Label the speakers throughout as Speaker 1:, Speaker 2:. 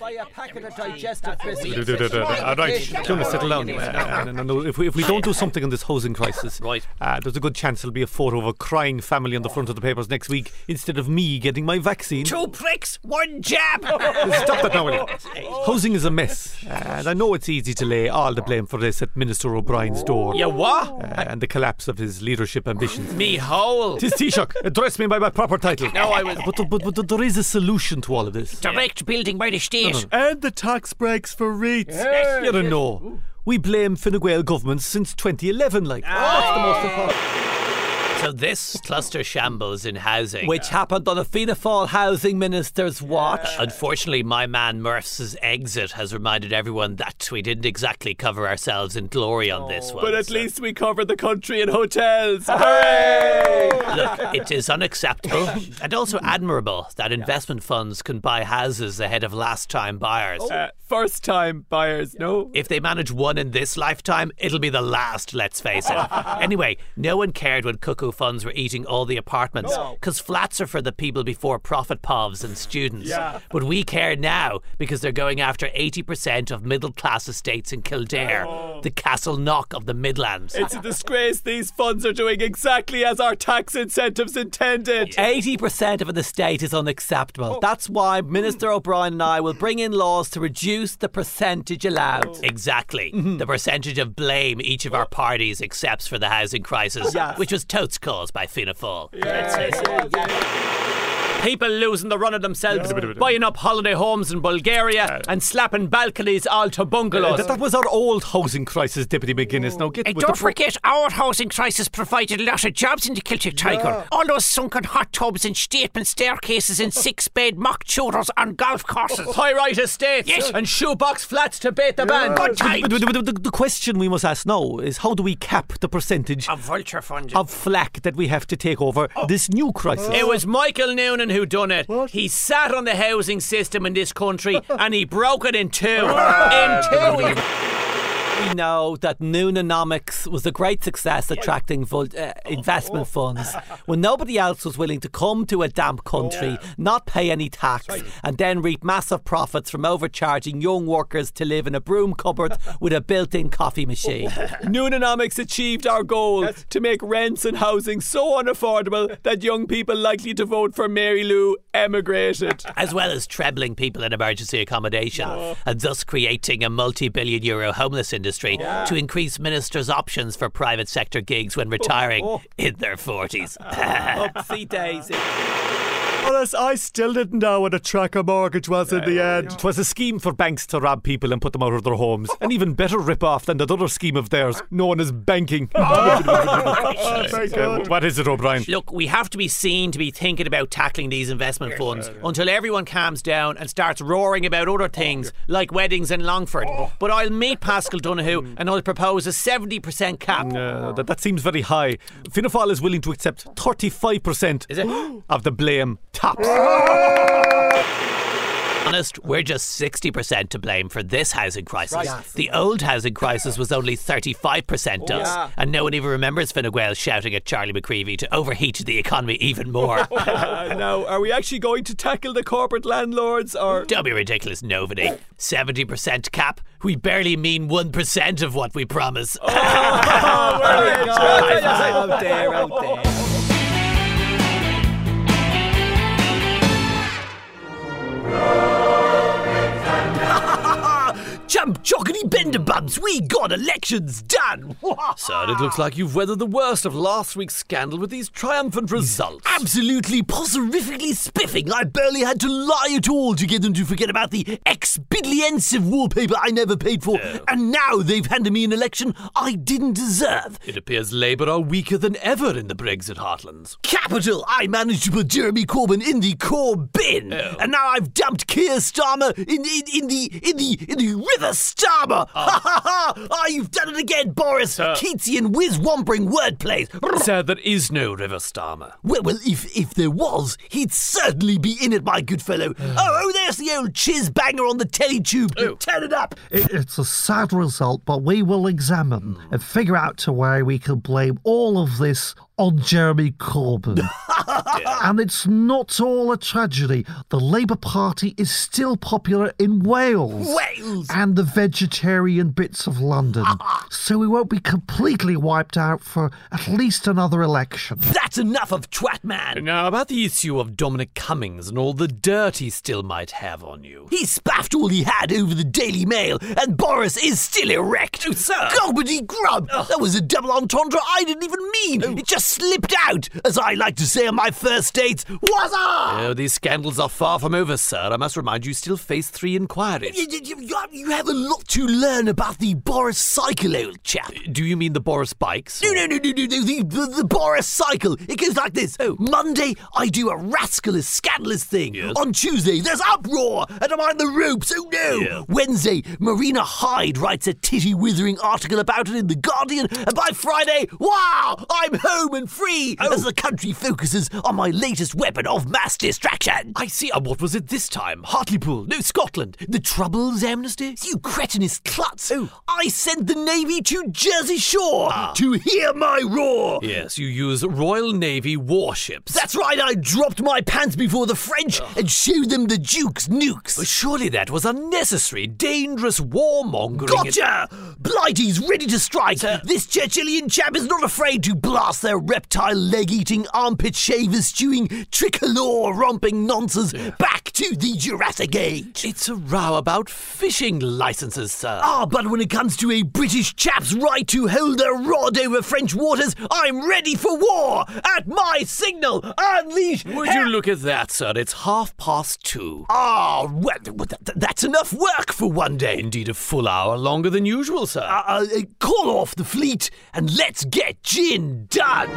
Speaker 1: a packet of digestive
Speaker 2: Do,
Speaker 1: biscuits.
Speaker 2: do, do, do, do. All right, Jonas, settle down. Uh, no, no, no. If, we, if we don't do something in this housing crisis,
Speaker 3: Right.
Speaker 2: uh, there's a good chance there'll be a photo of a crying family on the front of the papers next week instead of me getting my vaccine. Uh,
Speaker 3: Two pricks, one jab.
Speaker 2: Stop that now, will you? Housing is a mess, and I know it's easy to lay all the blame for this at Minister O'Brien's door
Speaker 3: you
Speaker 2: uh,
Speaker 3: what?
Speaker 2: and the collapse of his leadership ambitions.
Speaker 3: Me whole.
Speaker 2: Tis Taoiseach, address me by my proper title.
Speaker 3: No, I was-
Speaker 2: But, but, but, there is a solution to all of this.
Speaker 3: Direct building by the state.
Speaker 2: And the tax breaks for rates.
Speaker 1: Yeah.
Speaker 2: You don't know. We blame Fine Gael governments since 2011, like.
Speaker 4: Ah.
Speaker 3: So this cluster shambles in housing.
Speaker 4: Which happened on the Fianna Fáil housing minister's watch.
Speaker 3: Unfortunately, my man Murph's exit has reminded everyone that we didn't exactly cover ourselves in glory on this one. so-
Speaker 4: we covered the country in hotels.
Speaker 3: Look, it is unacceptable and also admirable that investment funds can buy houses ahead of last time buyers.
Speaker 4: first time buyers, no?
Speaker 3: If they manage one in this lifetime, it'll be the last, let's face it. anyway, no one cared when cuckoo funds were eating all the apartments, because flats are for the people before profit povs and students. But we care now because they're going after 80% of middle class estates in Kildare, the Castle Knock of the Midlands.
Speaker 4: It's a disgrace. These funds are doing exactly as our tax incentives intended. 80% of an estate is
Speaker 3: Oh.
Speaker 4: unacceptable. That's why Minister O'Brien and I will bring in laws to reduce the percentage allowed.
Speaker 3: Oh.
Speaker 4: Mm-hmm.
Speaker 3: Exactly. The percentage of blame each of our parties accepts for the housing crisis,
Speaker 4: Yes.
Speaker 3: which was totes caused by Fianna Fáil. Let's face it. People losing the run of themselves, buying up holiday homes in Bulgaria and slapping balconies all to bungalows.
Speaker 2: That, that was our old housing crisis, Deputy McGuinness. Now get
Speaker 3: Hey,
Speaker 2: with
Speaker 3: don't
Speaker 2: the...
Speaker 3: forget, our housing crisis provided a lot of jobs in the Kilchik Tiger. All those sunken hot tubs and statement staircases and six bed mock tutors on golf courses. High right estates yes. and shoebox flats to bait the band. Good times.
Speaker 2: But- but- but- but the, the question we must ask now is how do we cap the percentage
Speaker 3: A vulture fund.
Speaker 2: of flack that we have to take over
Speaker 4: Oh.
Speaker 2: this new crisis?
Speaker 3: It was Michael Noonan who done it. He sat on the housing system in this country and he broke it in two. in two. he-
Speaker 4: We know that Noonanomics was a great success attracting vul- uh, investment funds when nobody else was willing to come to a damp country, not pay any tax, and then reap massive profits from overcharging young workers to live in a broom cupboard with a built in coffee machine. Noonanomics achieved our goal to make rents and housing so unaffordable that young people likely to vote for Mary Lou emigrated.
Speaker 3: As well as trebling people in emergency accommodation and thus creating a multi billion euro homeless industry to increase ministers' options for private sector gigs when retiring in their 40s.
Speaker 4: Upsy daisy.
Speaker 2: Honest, I still didn't know what a tracker mortgage was in the end. It was a scheme for banks to rob people and put them out of their homes. An even better rip-off than that other scheme of theirs known as banking. Uh, what is it, O'Brien?
Speaker 3: Look, we have to be seen to be thinking about tackling these investment funds until everyone calms down and starts roaring about other things like weddings in Longford. But I'll meet Pascal Donahue and I'll propose a 70% cap.
Speaker 2: Uh, that, that seems very high. Fianna Fáil is willing to accept 35%
Speaker 3: Is it?
Speaker 2: of the blame tops.
Speaker 3: Honest, we're just 60% to blame for this housing crisis. The old housing crisis was only
Speaker 4: Oh,
Speaker 3: 35% us, and no one even remembers Fine Gael shouting at Charlie McCreevy to overheat the economy even more.
Speaker 4: Uh, now, are we actually going to tackle the corporate landlords or.
Speaker 3: Don't be ridiculous, Novity. 70% cap? We barely mean 1% of what we promise.
Speaker 4: Oh, dear, oh, dear.
Speaker 3: Jump jockety bender-bubs, we got elections done!
Speaker 4: Dad, it looks like you've weathered the worst of last week's scandal with these triumphant results.
Speaker 3: Absolutely, posserifically spiffing. I barely had to lie at all to get them to forget about the expedient wallpaper I never paid for, and now they've handed me an election I didn't deserve.
Speaker 4: It appears Labour are weaker than ever in the Brexit heartlands.
Speaker 3: Capital! I managed to put Jeremy Corbyn in the core bin,
Speaker 4: Oh.
Speaker 3: and now I've dumped Keir Starmer in, in, in the in the in the River Starmer. Ha ha ha! Ah, you've done it again, Boris. Keatsian whiz-wompering wordplays.
Speaker 4: Sad there is no River Starmer.
Speaker 3: Well, well, if if there was, he'd certainly be in it, my good fellow. oh, oh, there's the old chiz banger on the telly tube. Turn it up.
Speaker 5: It- It's a sad result, but we will examine and figure out to where we can blame all of this
Speaker 1: on Jeremy Corbyn. and it's not all a tragedy. The Labour Party is still popular in Wales.
Speaker 3: Wales!
Speaker 1: And the vegetarian bits of London. so we won't be completely wiped out for at least another election.
Speaker 3: That's enough of Twatman!
Speaker 4: Now, about the issue of Dominic Cummings and all the dirt he still might have on you.
Speaker 3: He spaffed all he had over the Daily Mail, and Boris is still erect. Oh,
Speaker 4: sir.
Speaker 3: Gobbity grub! That was a double entendre I didn't even mean.
Speaker 4: Oh.
Speaker 3: It just slipped out, as I like to say on my first dates. Was
Speaker 4: Oh, these scandals are far from over, sir. I must remind you, still face three inquiries.
Speaker 3: You, you- you have a lot to learn about the Boris cycle, old chap.
Speaker 4: Do you mean the Boris bikes?
Speaker 3: No, no, no, no, no, no. The, the, the Boris cycle. It goes like this.
Speaker 4: Oh.
Speaker 3: Monday, I do a rascalous, scandalous thing. On Tuesday, there's uproar, and I'm on the ropes. Oh, no. Wednesday, Marina Hyde writes a titty withering article about it in The Guardian, and by Friday, wow, I'm home and free
Speaker 4: Oh.
Speaker 3: as the country focuses on my latest weapon of mass distraction.
Speaker 4: I see. Uh, what was it this time? Hartlepool. No, Scotland. The Troubles Amnesty?
Speaker 3: You cretinous klutz! I sent the Navy to Jersey Shore to hear my roar!
Speaker 4: Ah. Yes, you use Royal Navy warships. Ah.
Speaker 3: That's right, I dropped my pants before the French and showed them the Duke's
Speaker 4: But
Speaker 3: nukes.
Speaker 4: surely that was unnecessary, dangerous warmongering.
Speaker 3: Gotcha! Blighty's ready to strike. This Churchillian chap is not afraid to blast their reptile leg eating, armpit shavers stewing, tricolor romping nonsense back to the Jurassic Age.
Speaker 4: It's a row about fishing licenses, sir.
Speaker 3: Ah, but when it comes to a British chap's right to hold their rod over French waters, I'm ready for war! At my signal, unleash!
Speaker 4: Would you look at that, sir? It's half past two.
Speaker 3: Ah, well, th- th- th- that's enough work for one day.
Speaker 4: Indeed, a full hour longer than usual, sir.
Speaker 3: Uh, uh, uh, call off the fleet and let's get gin done.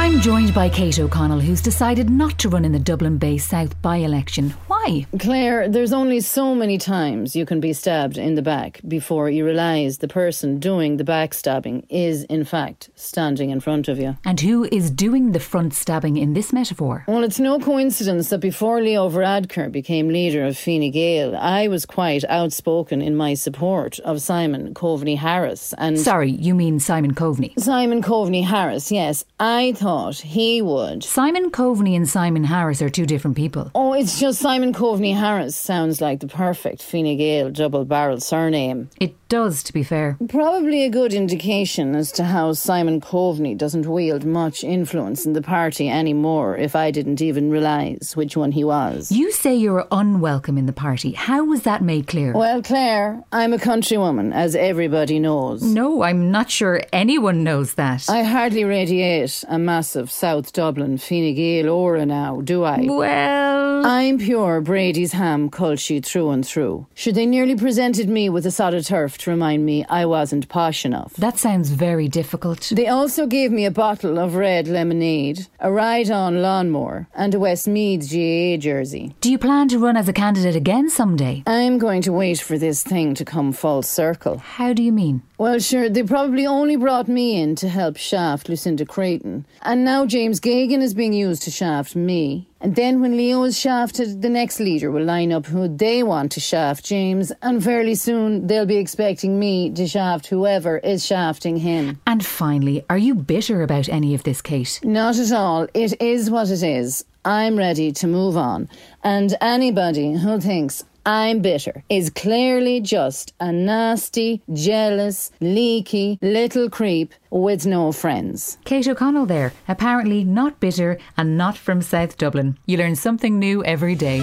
Speaker 5: I'm joined by Kate O'Connell, who's decided not to run in the Dublin Bay South by election. Why?
Speaker 6: Claire, there's only so many times you can be stabbed in the back before you realise the person doing the backstabbing is, in fact, standing in front of you.
Speaker 5: And who is doing the front stabbing in this metaphor?
Speaker 6: Well, it's no coincidence that before Leo Varadkar became leader of Fine Gael, I was quite outspoken in my support of Simon Coveney Harris and
Speaker 5: Sorry, you mean Simon Coveney.
Speaker 6: Simon Coveney Harris. Yes, I thought he would.
Speaker 5: Simon Coveney and Simon Harris are two different people.
Speaker 6: Oh, it's just Simon Coveney Harris sounds like the perfect Fine Gael double barrel surname.
Speaker 5: It does, to be fair.
Speaker 6: Probably a good indication as to how Simon Coveney doesn't wield much influence in the party anymore, if I didn't even realise which one he was.
Speaker 5: You say you're unwelcome in the party. How was that made clear?
Speaker 6: Well, Claire, I'm a countrywoman, as everybody knows.
Speaker 5: No, I'm not sure anyone knows that.
Speaker 6: I hardly radiate a massive South Dublin Fine Gael aura now, do I?
Speaker 5: well,
Speaker 6: I'm pure Brady's ham culture through and through. Should they nearly presented me with a sod of turf to remind me I wasn't posh enough.
Speaker 5: that sounds very difficult.
Speaker 6: They also gave me a bottle of red lemonade, a ride on lawnmower, and a Westmead GA jersey.
Speaker 5: Do you plan to run as a candidate again someday?
Speaker 6: I'm going to wait for this thing to come full circle.
Speaker 5: How do you mean?
Speaker 6: Well, sure, they probably only brought me in to help shaft Lucinda Creighton, and now James Gagan is being used to shaft me. And then when Leo is shafted, the next leader will line up who they want to shaft James, and fairly soon they'll be expecting me to shaft whoever is shafting him.
Speaker 5: And finally, are you bitter about any of this, Kate?
Speaker 6: Not at all. It is what it is. I'm ready to move on. And anybody who thinks I'm bitter is clearly just a nasty, jealous, leaky little creep with no friends.
Speaker 5: Kate O'Connell there, apparently not bitter and not from South Dublin. You learn something new every day.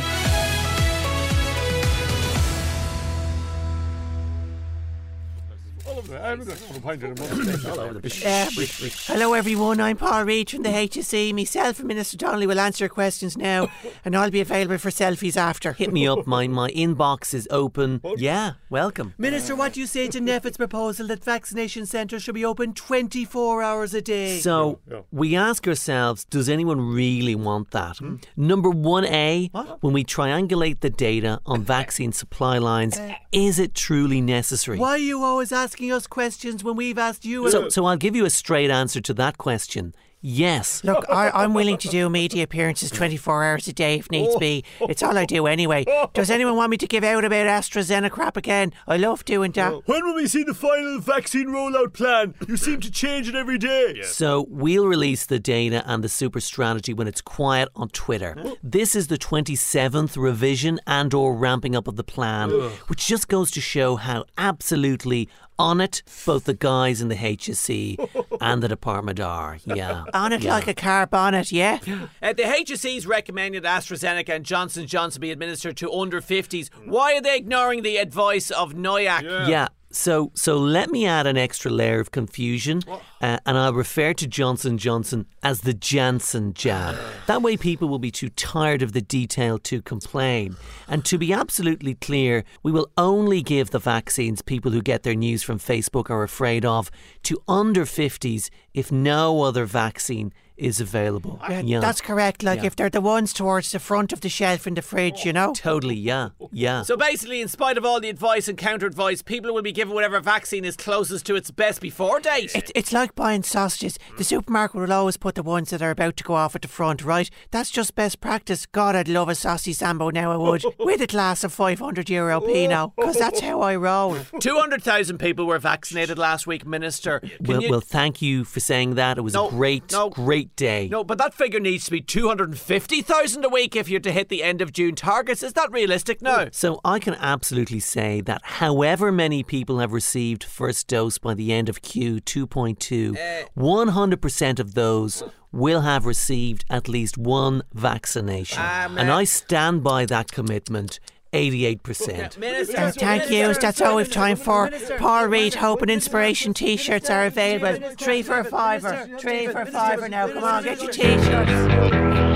Speaker 3: hello, everyone. I'm Paul Reid from the HSE. Myself and Minister Donnelly will answer questions now, and I'll be available for selfies after.
Speaker 4: Hit me up, my, my inbox is open. Yeah, welcome.
Speaker 3: Minister, what do you say to Neffet's proposal that vaccination centres should be open 24 hours a day?
Speaker 4: So we ask ourselves, does anyone really want that?
Speaker 3: Hmm.
Speaker 4: Number 1A, when we triangulate the
Speaker 3: Uh,
Speaker 4: data on vaccine supply lines, is it truly necessary?
Speaker 3: Why are you always asking us questions? questions when we've asked you.
Speaker 4: So, so I'll give you a straight answer to that question. Yes.
Speaker 3: Look, I, I'm willing to do media appearances 24 hours a day if needs be. It's all I do anyway. Does anyone want me to give out about AstraZeneca crap again? I love doing that.
Speaker 2: When will we see the final vaccine rollout plan? You seem to change it every day.
Speaker 4: So we'll release the data and the super strategy when it's quiet on Twitter. This is the 27th revision and or ramping up of the plan, which just goes to show how absolutely on it both the guys in the HSC and the department are. Yeah.
Speaker 3: On it like a car bonnet, yeah? Uh, the HSC's recommended AstraZeneca and Johnson Johnson be administered to under 50s. Why are they ignoring the advice of NOIAC?
Speaker 4: Yeah. So so let me add an extra layer of confusion, uh, and I'll refer to Johnson Johnson as the Janssen jab. That way, people will be too tired of the detail to complain. And to be absolutely clear, we will only give the vaccines people who get their news from Facebook are afraid of to under 50s if no other vaccine is available. Yeah.
Speaker 3: Uh, That's correct. Like if they're the ones towards the front of the shelf in the fridge, you know?
Speaker 4: totally yeah yeah.
Speaker 3: So basically, in spite of all the advice and counter advice, people will be given whatever vaccine is closest to its best before date. It, it's like buying sausages. The supermarket will always put the ones that are about to go off at the front, right? That's just best practice. God, I'd love a saucy Sambo now, I would. With a glass of 500 euro Pinot, because that's how I roll. 200,000 people were vaccinated last week, Minister.
Speaker 4: well, well, thank you for saying that. It was
Speaker 3: No,
Speaker 4: a great,
Speaker 3: no.
Speaker 4: great day.
Speaker 3: No, but that figure needs to be 250,000 a week if you're to hit the end of June targets. Is that realistic now?
Speaker 4: So I can absolutely say that however many people have received first dose by the end of Q2.2,
Speaker 3: Eh.
Speaker 4: 100% of those will have received at least one vaccination.
Speaker 3: Ah,
Speaker 4: and I stand by that commitment 88%.
Speaker 3: Minister, thank you. That's all we've time for. Paul Reid, Hope and Inspiration t shirts are available. Three for a fiver. Three for a fiver now. Come on, get your t shirts.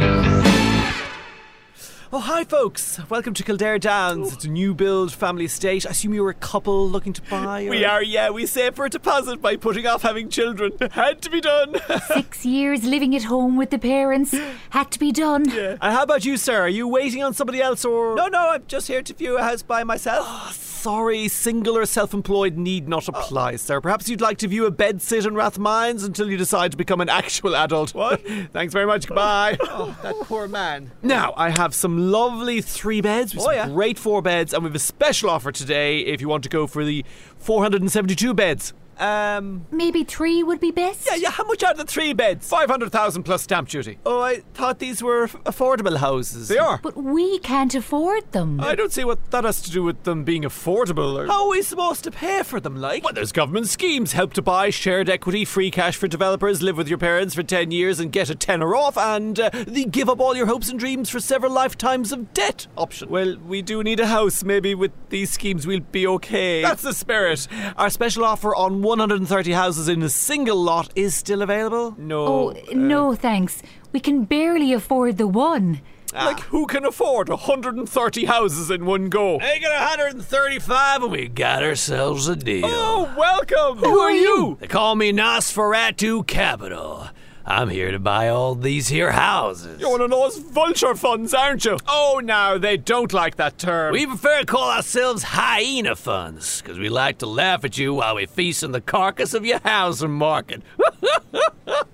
Speaker 2: Oh, hi, folks. Welcome to Kildare Downs. It's a new build family estate. I assume you were a couple looking to buy.
Speaker 4: or-
Speaker 2: We are, yeah. We save for a deposit by putting off having children. Had to be done.
Speaker 5: Six years living at home with the parents had to be done.
Speaker 2: and how about you, sir? Are you waiting on somebody else or. Ah,
Speaker 3: No, no, I'm just here to view a house by myself. Oh.
Speaker 2: Sorry, single or self employed need not apply, sir. Perhaps you'd like to view a bed sit in Rathmines until you decide to become an actual adult. What? Thanks very much. Goodbye.
Speaker 3: Oh, That poor man.
Speaker 2: Now, I have some lovely three beds. We've
Speaker 3: Oh,
Speaker 2: some
Speaker 3: yeah.
Speaker 2: great four beds, and we have a special offer today if you want to go for the 472 beds.
Speaker 3: Um,
Speaker 5: Maybe three would be best.
Speaker 2: Yeah, yeah, how much are the three beds?
Speaker 3: 500,000 plus stamp duty.
Speaker 2: Oh, I thought these were f- affordable houses.
Speaker 3: They are.
Speaker 5: But we can't afford them.
Speaker 2: I don't see what that has to do with them being affordable. Or...
Speaker 3: How are we supposed to pay for them, like?
Speaker 2: Well, there's government schemes. Help to buy, shared equity, free cash for developers, live with your parents for 10 years and get a tenner off, and uh, the give up all your hopes and dreams for several lifetimes of debt option. Well, we do need a house. Maybe with these schemes we'll be okay. That's the spirit. Our special offer on 130 houses in a single lot is still available. No.
Speaker 5: oh, no thanks. We can barely afford the one.
Speaker 2: Like, who can afford 130 houses in one go?
Speaker 3: They got 135 and we got ourselves a deal.
Speaker 2: Oh, welcome! Who are you?
Speaker 3: They call me Nosferatu Capital. I'm here to buy all these here houses.
Speaker 2: You're one of those vulture funds, aren't you? Oh, now, they don't like that term.
Speaker 3: We prefer to call ourselves hyena funds because we like to laugh at you while we feast on the carcass of your housing market.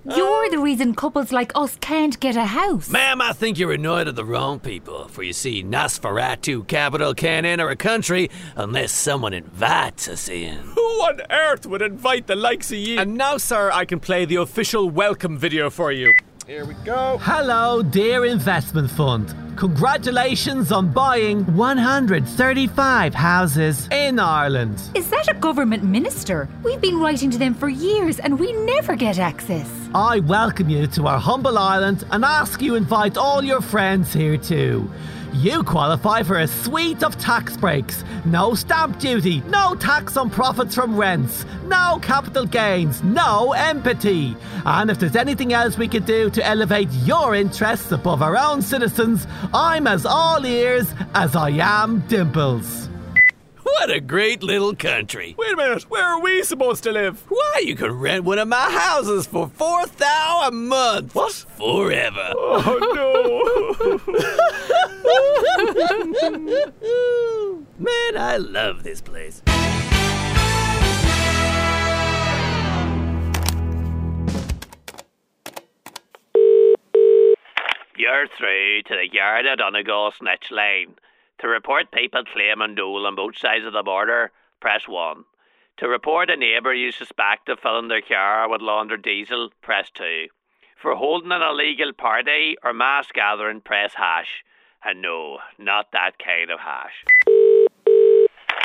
Speaker 5: You're
Speaker 2: Uh.
Speaker 5: the reason couples like us can't get a house.
Speaker 3: Ma'am, I think you're annoyed at the wrong people, for you see, Nosferatu Capital can't enter a country unless someone invites us in.
Speaker 2: Who on earth would invite the likes of you? And now, sir, I can play the official welcome video for you.
Speaker 4: Hello, dear investment fund. Congratulations on buying 135 houses in Ireland.
Speaker 5: Is that a government minister? We've been writing to them for years and we never get access.
Speaker 4: I welcome you to our humble island and ask you invite all your friends here too. You qualify for a suite of tax breaks. No stamp duty, no tax on profits from rents, no capital gains, no empathy. And if there's anything else we could do to elevate your interests above our own citizens, I'm as all ears as I am dimples.
Speaker 3: What a great little country.
Speaker 2: Wait a minute, where are we supposed to live?
Speaker 3: Why, you could rent one of my houses for four thou a month. What? Forever.
Speaker 2: Oh, no.
Speaker 3: Man, I love this place. You're through to the yard at Donegal Snitch Lane. To report people claiming dole on both sides of the border, press 1. To report a neighbour you suspect of filling their car with laundered diesel, press 2. For holding an illegal party or mass gathering, press hash. And no, not that kind of hash.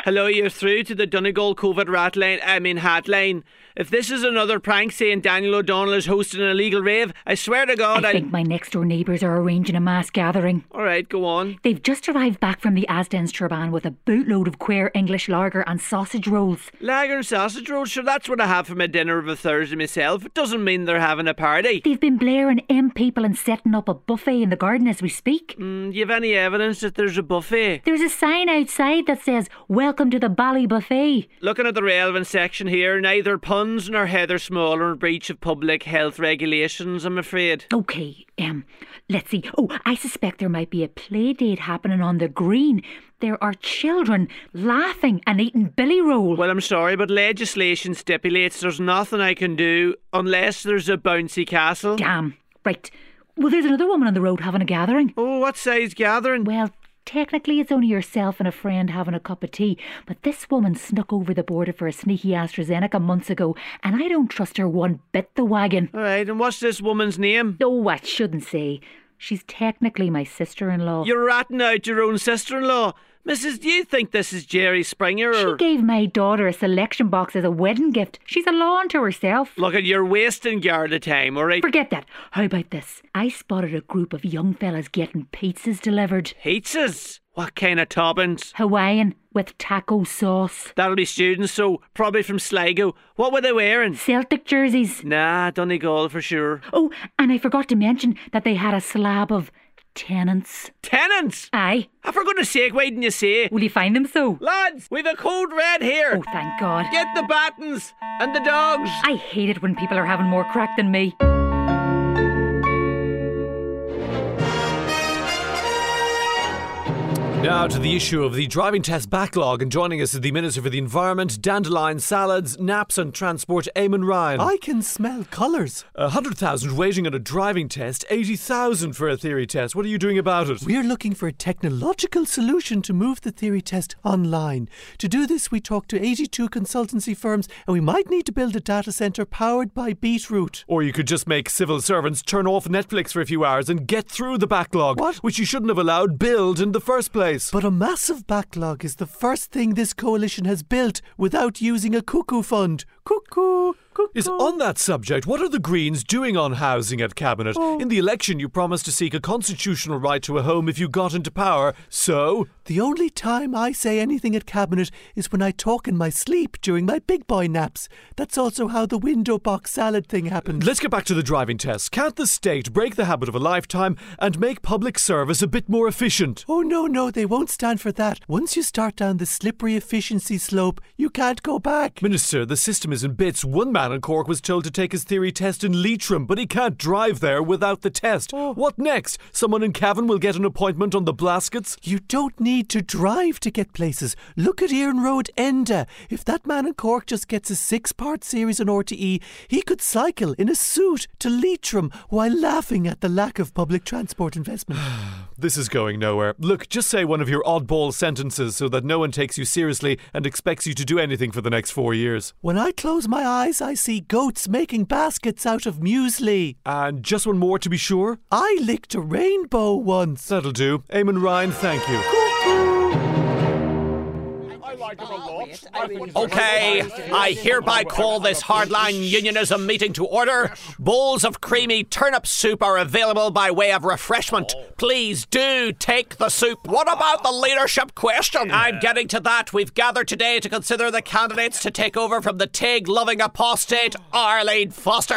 Speaker 3: Hello, you're through to the Donegal COVID rat line, I mean hat line. If this is another prank saying Daniel O'Donnell is hosting an illegal rave, I swear to God
Speaker 5: I think my next door neighbours are arranging a mass gathering.
Speaker 3: All right, go on.
Speaker 5: They've just arrived back from the Asden's Turban with a bootload of queer English lager and sausage rolls.
Speaker 3: Lager and sausage rolls, sure, that's what I have for my dinner of a Thursday myself. It doesn't mean they're having a party.
Speaker 5: They've been blaring M people and setting up a buffet in the garden as we speak.
Speaker 3: Mm, do you have any evidence that there's a buffet?
Speaker 5: There's a sign outside that says, Welcome to the Bally Buffet.
Speaker 3: Looking at the relevant section here, neither puns nor Heather Small are in breach of public health regulations, I'm afraid.
Speaker 5: Okay, um, let's see. Oh, I suspect there might be a play date happening on the green. There are children laughing and eating billy roll.
Speaker 3: Well, I'm sorry, but legislation stipulates there's nothing I can do unless there's a bouncy castle.
Speaker 5: Damn. Right. Well, there's another woman on the road having a gathering.
Speaker 3: Oh, what size gathering?
Speaker 5: Well, technically it's only yourself and a friend having a cup of tea, but this woman snuck over the border for a sneaky AstraZeneca months ago, and I don't trust her one bit the wagon.
Speaker 3: All right, and what's this woman's name?
Speaker 5: Oh, I shouldn't say. She's technically my sister in law.
Speaker 3: You're ratting out your own sister in law. Mrs. Do you think this is Jerry Springer
Speaker 5: She
Speaker 3: or.
Speaker 5: gave my daughter a selection box as a wedding gift. She's a law unto herself.
Speaker 3: Look, at you're wasting Garda time, all right?
Speaker 5: Forget that. How about this? I spotted a group of young fellas getting pizzas delivered.
Speaker 3: Pizzas? What kind of toppings?
Speaker 5: Hawaiian with taco sauce.
Speaker 3: That'll be students, so probably from Sligo. What were they wearing?
Speaker 5: Celtic jerseys.
Speaker 3: Nah, Donegal for sure.
Speaker 5: Oh, and I forgot to mention that they had a slab of tenants.
Speaker 3: Tenants!
Speaker 5: Aye.
Speaker 3: Ah, For goodness sake, why didn't you say?
Speaker 5: Will you find them so?
Speaker 3: Lads, we've a code red here.
Speaker 5: Oh, thank God.
Speaker 3: Get the battens and the dogs.
Speaker 5: I hate it when people are having more crack than me.
Speaker 2: Now to the issue of the driving test backlog, and joining us is the Minister for the Environment, Dandelion Salads, Naps and Transport, Eamon Ryan.
Speaker 7: I can smell colours.
Speaker 2: A 100,000 waiting on a driving test, 80,000 for a theory test. What are you doing about it?
Speaker 7: We're looking for a technological solution to move the theory test online. To do this, we talked to 82 consultancy firms, and we might need to build a data centre powered by Beetroot.
Speaker 2: Or you could just make civil servants turn off Netflix for a few hours and get through the backlog,
Speaker 7: What?
Speaker 2: which you shouldn't have allowed build in the first place.
Speaker 7: But a massive backlog is the first thing this coalition has built without using a cuckoo fund. Cuckoo, cuckoo.
Speaker 2: Is on that subject, what are the Greens doing on housing at Cabinet?
Speaker 7: Oh.
Speaker 2: In the election, you promised to seek a constitutional right to a home if you got into power, so.
Speaker 7: The only time I say anything at Cabinet is when I talk in my sleep during my big boy naps. That's also how the window box salad thing happened.
Speaker 2: Let's get back to the driving test. Can't the state break the habit of a lifetime and make public service a bit more efficient?
Speaker 7: Oh, no, no, they won't stand for that. Once you start down the slippery efficiency slope, you can't go back.
Speaker 2: Minister, the system is in bits. One man in Cork was told to take his theory test in Leitrim, but he can't drive there without the test.
Speaker 7: Oh.
Speaker 2: What next? Someone in Cavan will get an appointment on the Blaskets?
Speaker 7: You don't need to drive to get places. Look at Iron Road Enda. If that man in Cork just gets a six part series on RTE, he could cycle in a suit to Leitrim while laughing at the lack of public transport investment.
Speaker 2: This is going nowhere. Look, just say one of your oddball sentences so that no one takes you seriously and expects you to do anything for the next four years.
Speaker 7: when I close my eyes, I see goats making baskets out of muesli.
Speaker 2: And just one more to be sure.
Speaker 7: I licked a rainbow once.
Speaker 2: That'll do. Eamon Ryan, thank you.
Speaker 3: Okay, I hereby call this hardline unionism meeting to order. Bowls of creamy turnip soup are available by way of refreshment. Please do take the soup. What about the leadership question? I'm getting to that. We've gathered today to consider the candidates to take over from the TIG loving apostate, Arlene Foster.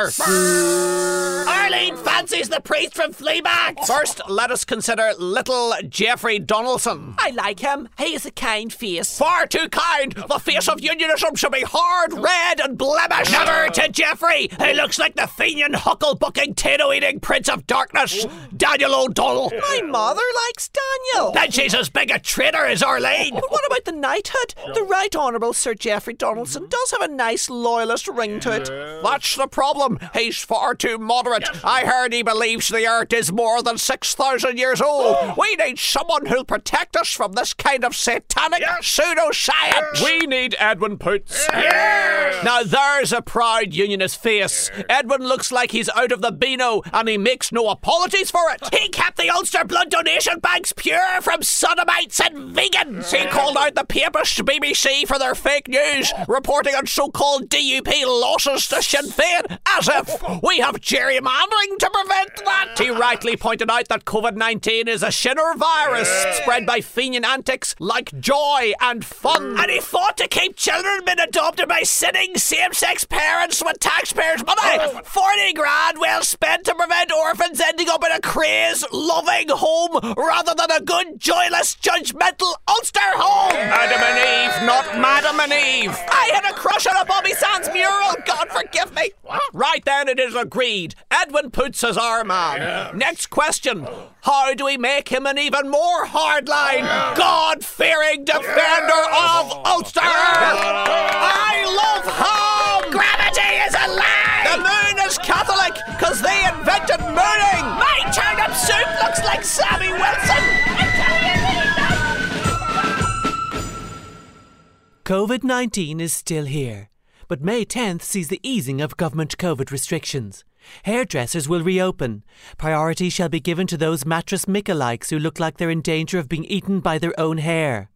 Speaker 3: Arlene fancies the priest from Fleabag. First, let us consider little Jeffrey Donaldson. I like him. He is a kind face. For are too kind. The face of unionism should be hard, red, and blemished. Never to Geoffrey, who looks like the fiend, huckle-bucking, tato-eating prince of darkness, Daniel O'Donnell.
Speaker 8: My mother likes Daniel.
Speaker 3: Then she's as big a traitor as Arlene.
Speaker 8: But what about the knighthood? The Right Honourable Sir Geoffrey Donaldson does have a nice loyalist ring to it.
Speaker 3: That's the problem. He's far too moderate. I heard he believes the earth is more than 6,000 years old. We need someone who'll protect us from this kind of satanic pseudoscience.
Speaker 8: We need Edwin Poots.
Speaker 3: Now there's a proud unionist face. Edwin looks like he's out of the Beano and he makes no apologies for it. He kept the Ulster Blood Donation Banks pure from sodomites and vegans. He called out the papist BBC for their fake news, reporting on so called DUP losses to Sinn Féin, as if we have gerrymandering to prevent that. He rightly pointed out that COVID 19 is a Shinner virus spread by fenian antics like joy and fun. And he fought to keep children being adopted by sinning same sex parents with taxpayers' money. 40 grand well spent to prevent orphans ending up in a crazed, loving home rather than a good, joyless, judgmental Ulster home.
Speaker 8: Adam and Eve, not Madam and Eve.
Speaker 3: I had a crush on a Bobby Sands mural. God forgive me. Right then, it is agreed. Edwin Poots is our man. Next question: How do we make him an even more hardline, God-fearing defender of Ulster? I love home. Gravity is a lie. The moon is Catholic because they invented mooning. My turnip soup looks like Sammy Wilson. I tell you, it is.
Speaker 2: COVID 19 is still here, but May 10th sees the easing of government COVID restrictions. Hairdressers will reopen. Priority shall be given to those mattress Mikalikes who look like they're in danger of being eaten by their own hair.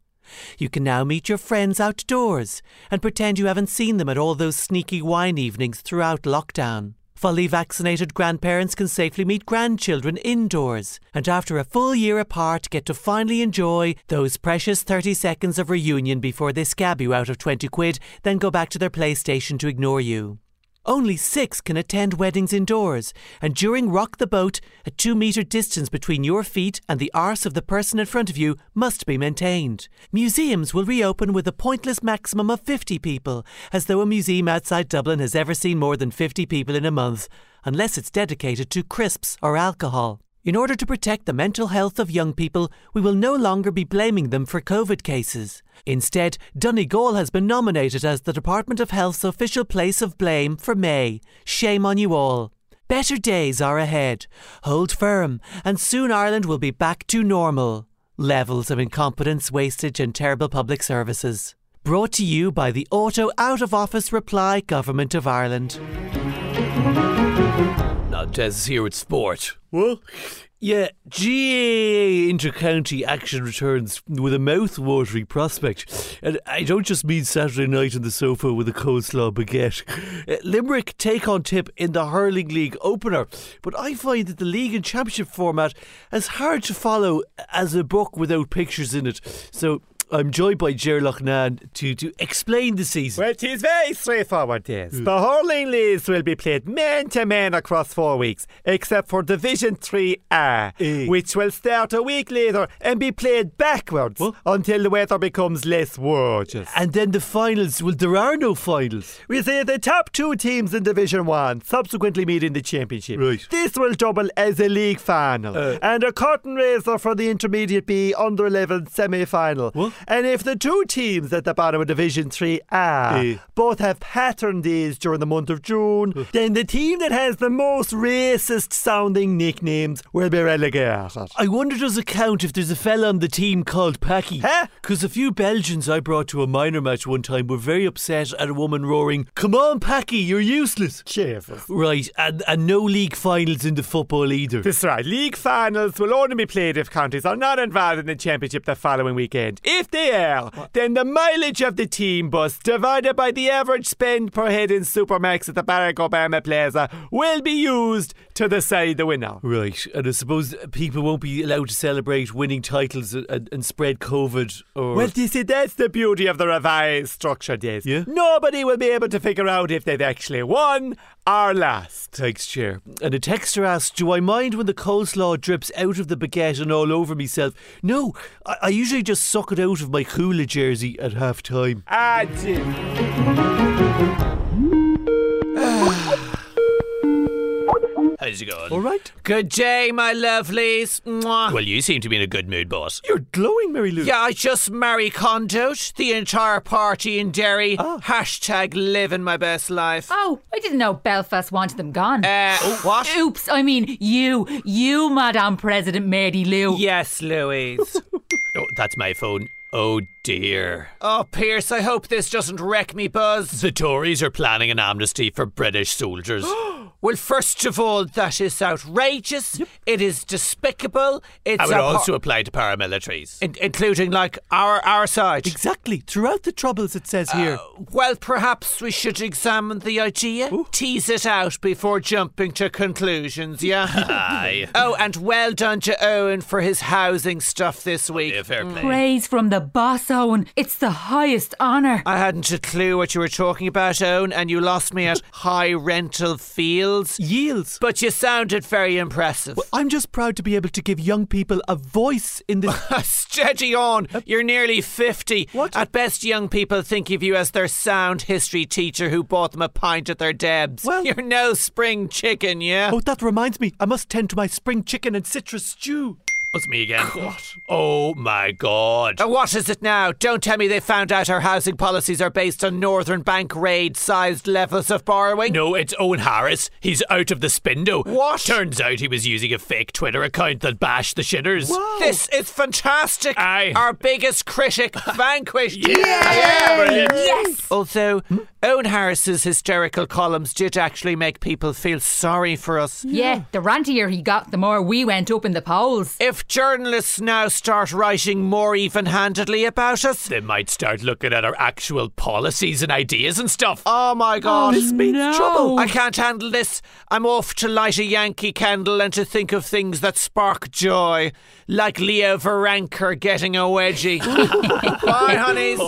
Speaker 2: You can now meet your friends outdoors and pretend you haven't seen them at all those sneaky wine evenings throughout lockdown. Fully vaccinated grandparents can safely meet grandchildren indoors and after a full year apart get to finally enjoy those precious 30 seconds of reunion before they scab you out of 20 quid, then go back to their PlayStation to ignore you. Only six can attend weddings indoors, and during Rock the Boat, a two metre distance between your feet and the arse of the person in front of you must be maintained. Museums will reopen with a pointless maximum of 50 people, as though a museum outside Dublin has ever seen more than 50 people in a month, unless it's dedicated to crisps or alcohol. In order to protect the mental health of young people, we will no longer be blaming them for COVID cases. Instead, Donegal has been nominated as the Department of Health's official place of blame for May. Shame on you all. Better days are ahead. Hold firm, and soon Ireland will be back to normal. Levels of incompetence, wastage, and terrible public services. Brought to you by the Auto Out of Office Reply Government of Ireland.
Speaker 3: Now, Des is here with sport.
Speaker 2: Well, yeah, GAA intercounty action returns with a mouth-watering prospect. And I don't just mean Saturday night on the sofa with a coleslaw baguette. Uh, Limerick take on tip in the Hurling League opener. But I find that the league and championship format is hard to follow as a book without pictures in it. So I'm joined by Ger Lochnan to, to explain the season.
Speaker 9: Well, it is very straightforward, yes. The hurling leagues will be played man to man across four weeks, except for Division 3A,
Speaker 2: Eh.
Speaker 9: which will start a week later and be played backwards until the weather becomes less gorgeous.
Speaker 2: And then the finals. Well, there are no finals.
Speaker 9: We see the top two teams in Division 1 subsequently meet in the Championship.
Speaker 2: Right.
Speaker 9: This will double as a league final
Speaker 2: Uh.
Speaker 9: and a curtain raiser for the Intermediate B under 11 semi final.
Speaker 2: What?
Speaker 9: And if the two teams at the bottom of Division 3 are
Speaker 2: Eh.
Speaker 9: both have pattern days during the month of June,
Speaker 2: Uh.
Speaker 9: then the team that has the most racist sounding nicknames will be relegated.
Speaker 2: I wonder does it count if there's a fella on the team called Packy?
Speaker 9: Huh?
Speaker 2: Because a few Belgians I brought to a minor match one time were very upset at a woman roaring, Come on, Packy, you're useless.
Speaker 9: Jesus.
Speaker 2: Right, and, and no league finals in the football either.
Speaker 9: That's right. League finals will only be played if counties are not involved in the championship the following weekend. If they are, then the mileage of the team bus divided by the average spend per head in Supermax at the Barack Obama Plaza will be used to decide the winner.
Speaker 2: Right, and I suppose people won't be allowed to celebrate winning titles and, and, and spread COVID or.
Speaker 9: Well, you see, that's the beauty of the revised structure, Des.
Speaker 2: Yeah?
Speaker 9: Nobody will be able to figure out if they've actually won or lost.
Speaker 2: Thanks, Chair. And a texter asks, Do I mind when the coleslaw drips out of the baguette and all over myself? No, I, I usually just suck it out out of my Hula jersey at half time.
Speaker 10: Ah, dear.
Speaker 3: How's it going?
Speaker 2: All right.
Speaker 3: Good day, my lovelies. Mwah. Well, you seem to be in a good mood, boss.
Speaker 2: You're glowing, Mary Lou.
Speaker 3: Yeah, I just marry condoed the entire party in Derry.
Speaker 2: Ah.
Speaker 3: Hashtag living my best life.
Speaker 5: Oh, I didn't know Belfast wanted them gone.
Speaker 3: Uh, what?
Speaker 5: Oops, I mean you, you, Madame President Mary Lou.
Speaker 3: Yes, Louise. oh, that's my phone. Oh dear. Oh, Pierce, I hope this doesn't wreck me, Buzz. The Tories are planning an amnesty for British soldiers. well, first of all, that is outrageous. It is despicable. It's I would abhor- also apply to paramilitaries. in- including like our our side.
Speaker 2: Exactly. Throughout the troubles, it says here.
Speaker 9: Oh.
Speaker 3: Well, perhaps we should examine the idea, tease it out before jumping to conclusions, yeah? Aye. Oh, and well done to Owen for his housing stuff this week. Mm.
Speaker 5: Fair play. Praise from the boss, Owen. It's the highest honour.
Speaker 3: I hadn't a clue what you were talking about, Owen, and you lost me at high rental fields.
Speaker 2: Yields.
Speaker 3: But you sounded very impressive.
Speaker 2: I'm just proud to be able to give young people a voice in this.
Speaker 3: Steady on. You're nearly 50.
Speaker 2: What?
Speaker 3: At best, young people think of you as their sound history teacher who bought them a pint at their Debs.
Speaker 2: Well-
Speaker 3: You're no spring chicken, yeah?
Speaker 2: oh, that reminds me. I must tend to my spring chicken and citrus stew.
Speaker 3: What's me again?
Speaker 2: Oh my God.
Speaker 3: Uh, what is it now? Don't tell me they found out our housing policies are based on Northern Bank raid sized levels of borrowing.
Speaker 2: No, it's Owen Harris. He's out of the spindo.
Speaker 3: What?
Speaker 2: Turns out he was using a fake Twitter account that bashed the shitters.
Speaker 3: This is fantastic.
Speaker 2: Aye.
Speaker 3: Our biggest critic vanquished.
Speaker 5: Yes.
Speaker 3: Although Owen Harris's hysterical columns did actually make people feel sorry for us.
Speaker 5: Yeah, the rantier he got, the more we went up in the polls.
Speaker 3: If journalists now start writing more even handedly about us,
Speaker 2: They might start looking at our actual policies and ideas and stuff.
Speaker 3: oh my god.
Speaker 2: this means trouble.
Speaker 3: I can't handle this. I'm off to light a Yankee candle and to think of things that spark joy, like Leo Varanker getting a wedgie. Bye, honeys.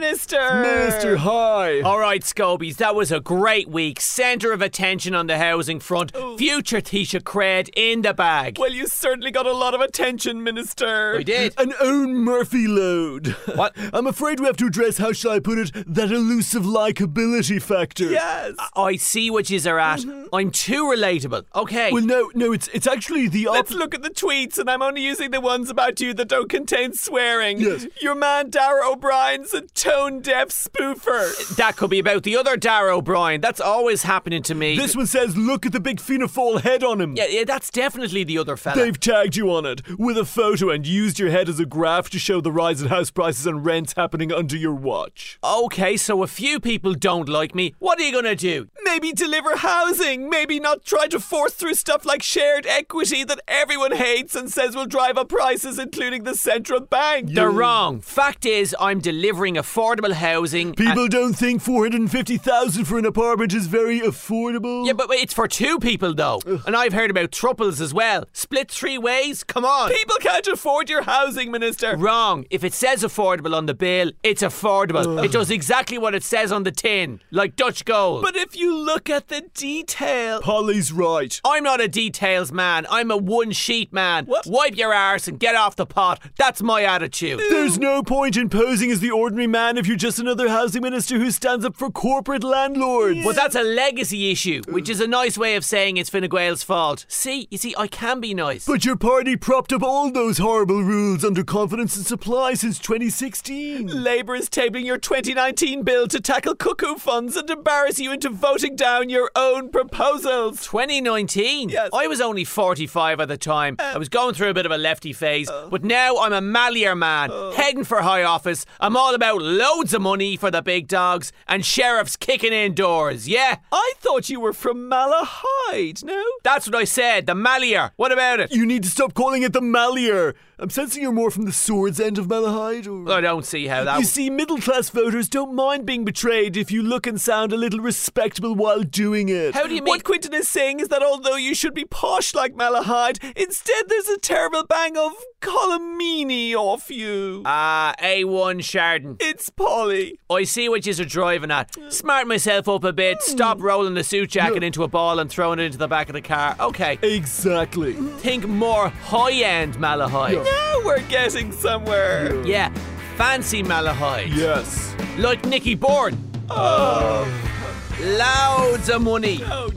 Speaker 3: Minister.
Speaker 10: Mr. High.
Speaker 3: All right, Scobies, that was a great week. Centre of attention on the housing front. Future Tisha Cred in the bag.
Speaker 10: Oh. Well, you certainly got a lot of attention, Minister.
Speaker 3: We did.
Speaker 2: An own Murphy load. What? I'm afraid we have to address, how shall I put it, that elusive likability factor.
Speaker 10: Yes.
Speaker 3: I see what yous are at.
Speaker 10: Mm-hmm.
Speaker 3: I'm too relatable. Okay.
Speaker 2: Well, no, no, it's it's actually the
Speaker 10: Let's
Speaker 2: opposite.
Speaker 10: look at the tweets, and I'm only using the ones about you that don't contain swearing.
Speaker 2: Yes.
Speaker 10: Your man Dara O'Brien's a tone deaf spoofer.
Speaker 3: that could be about the other Darrow O'Brien. That's always happening to me.
Speaker 2: This one says, look at the big phenophore head on him.
Speaker 3: Yeah, yeah, that's definitely the other fella.
Speaker 2: They've tagged you on it with a photo and used your head as a graph to show the rise in house prices and rents happening under your watch.
Speaker 3: okay, so a few people don't like me. What are you gonna do?
Speaker 10: Maybe deliver housing. Maybe not try to force through stuff like shared equity that everyone hates and says will drive up prices, including the central bank.
Speaker 3: They're wrong. Fact is, I'm delivering affordable housing. Uh,
Speaker 2: People don't think 450,000 for an apartment is very affordable.
Speaker 3: yeah, but wait, it's for two people though, and I've heard about triples as well. Split three ways. Come on.
Speaker 10: People can't afford your housing, Minister.
Speaker 3: Wrong. If it says affordable on the bill, it's affordable. It does exactly what it says on the tin, like Dutch gold.
Speaker 10: But if you look at the detail,
Speaker 2: Polly's right.
Speaker 3: I'm not a details man. I'm a one sheet man.
Speaker 10: What?
Speaker 3: Wipe your arse and get off the pot. That's my attitude.
Speaker 2: There's no point in posing as the ordinary man if you're just another housing minister who stands up for corporate landlords.
Speaker 3: But that's a legacy issue, which is a nice way of saying it's Fine Gael's fault. See, you see, I can be nice.
Speaker 2: But your party propped up all those horrible rules under confidence and supply since 2016.
Speaker 10: Labour is tabling your 2019 bill to tackle cuckoo funds and embarrass you into voting down your own proposals.
Speaker 3: 2019.
Speaker 10: Yes. Uh.
Speaker 3: I was only 45 at the time. I was going through a bit of a lefty phase, but now I'm a mallier man,
Speaker 10: Uh.
Speaker 3: heading for high office. I'm all about loads of money for the big dogs and sheriffs kicking in doors. Yeah,
Speaker 10: I thought you were from Malahide, no?
Speaker 3: that's what I said. The mallier. What about it?
Speaker 2: You need to stop calling it the Mallier. I'm sensing you're more from the swords end of Malahide.
Speaker 10: Uh,
Speaker 2: Or...
Speaker 3: I don't see how that.
Speaker 2: You
Speaker 3: w-
Speaker 2: see, middle class voters don't mind being betrayed if you look and sound a little respectable while doing it.
Speaker 3: how do you mean?
Speaker 10: What Quinton is saying is that although you should be posh like Malahide, instead there's a terrible bang of Colomini off you.
Speaker 3: Ah, A1 Chardon.
Speaker 10: It's Polly.
Speaker 3: I see what yous are driving at. Smart myself up a bit.
Speaker 10: Hmm.
Speaker 3: Stop rolling the suit jacket into a ball and throwing it into the back of the car. Okay.
Speaker 2: Exactly.
Speaker 3: Think more high end Malahide.
Speaker 2: Now we're getting somewhere.
Speaker 3: Yeah, fancy Malahide.
Speaker 10: Yes.
Speaker 3: Like Nicky Bourne. Oh. Loads of money.
Speaker 2: Oh,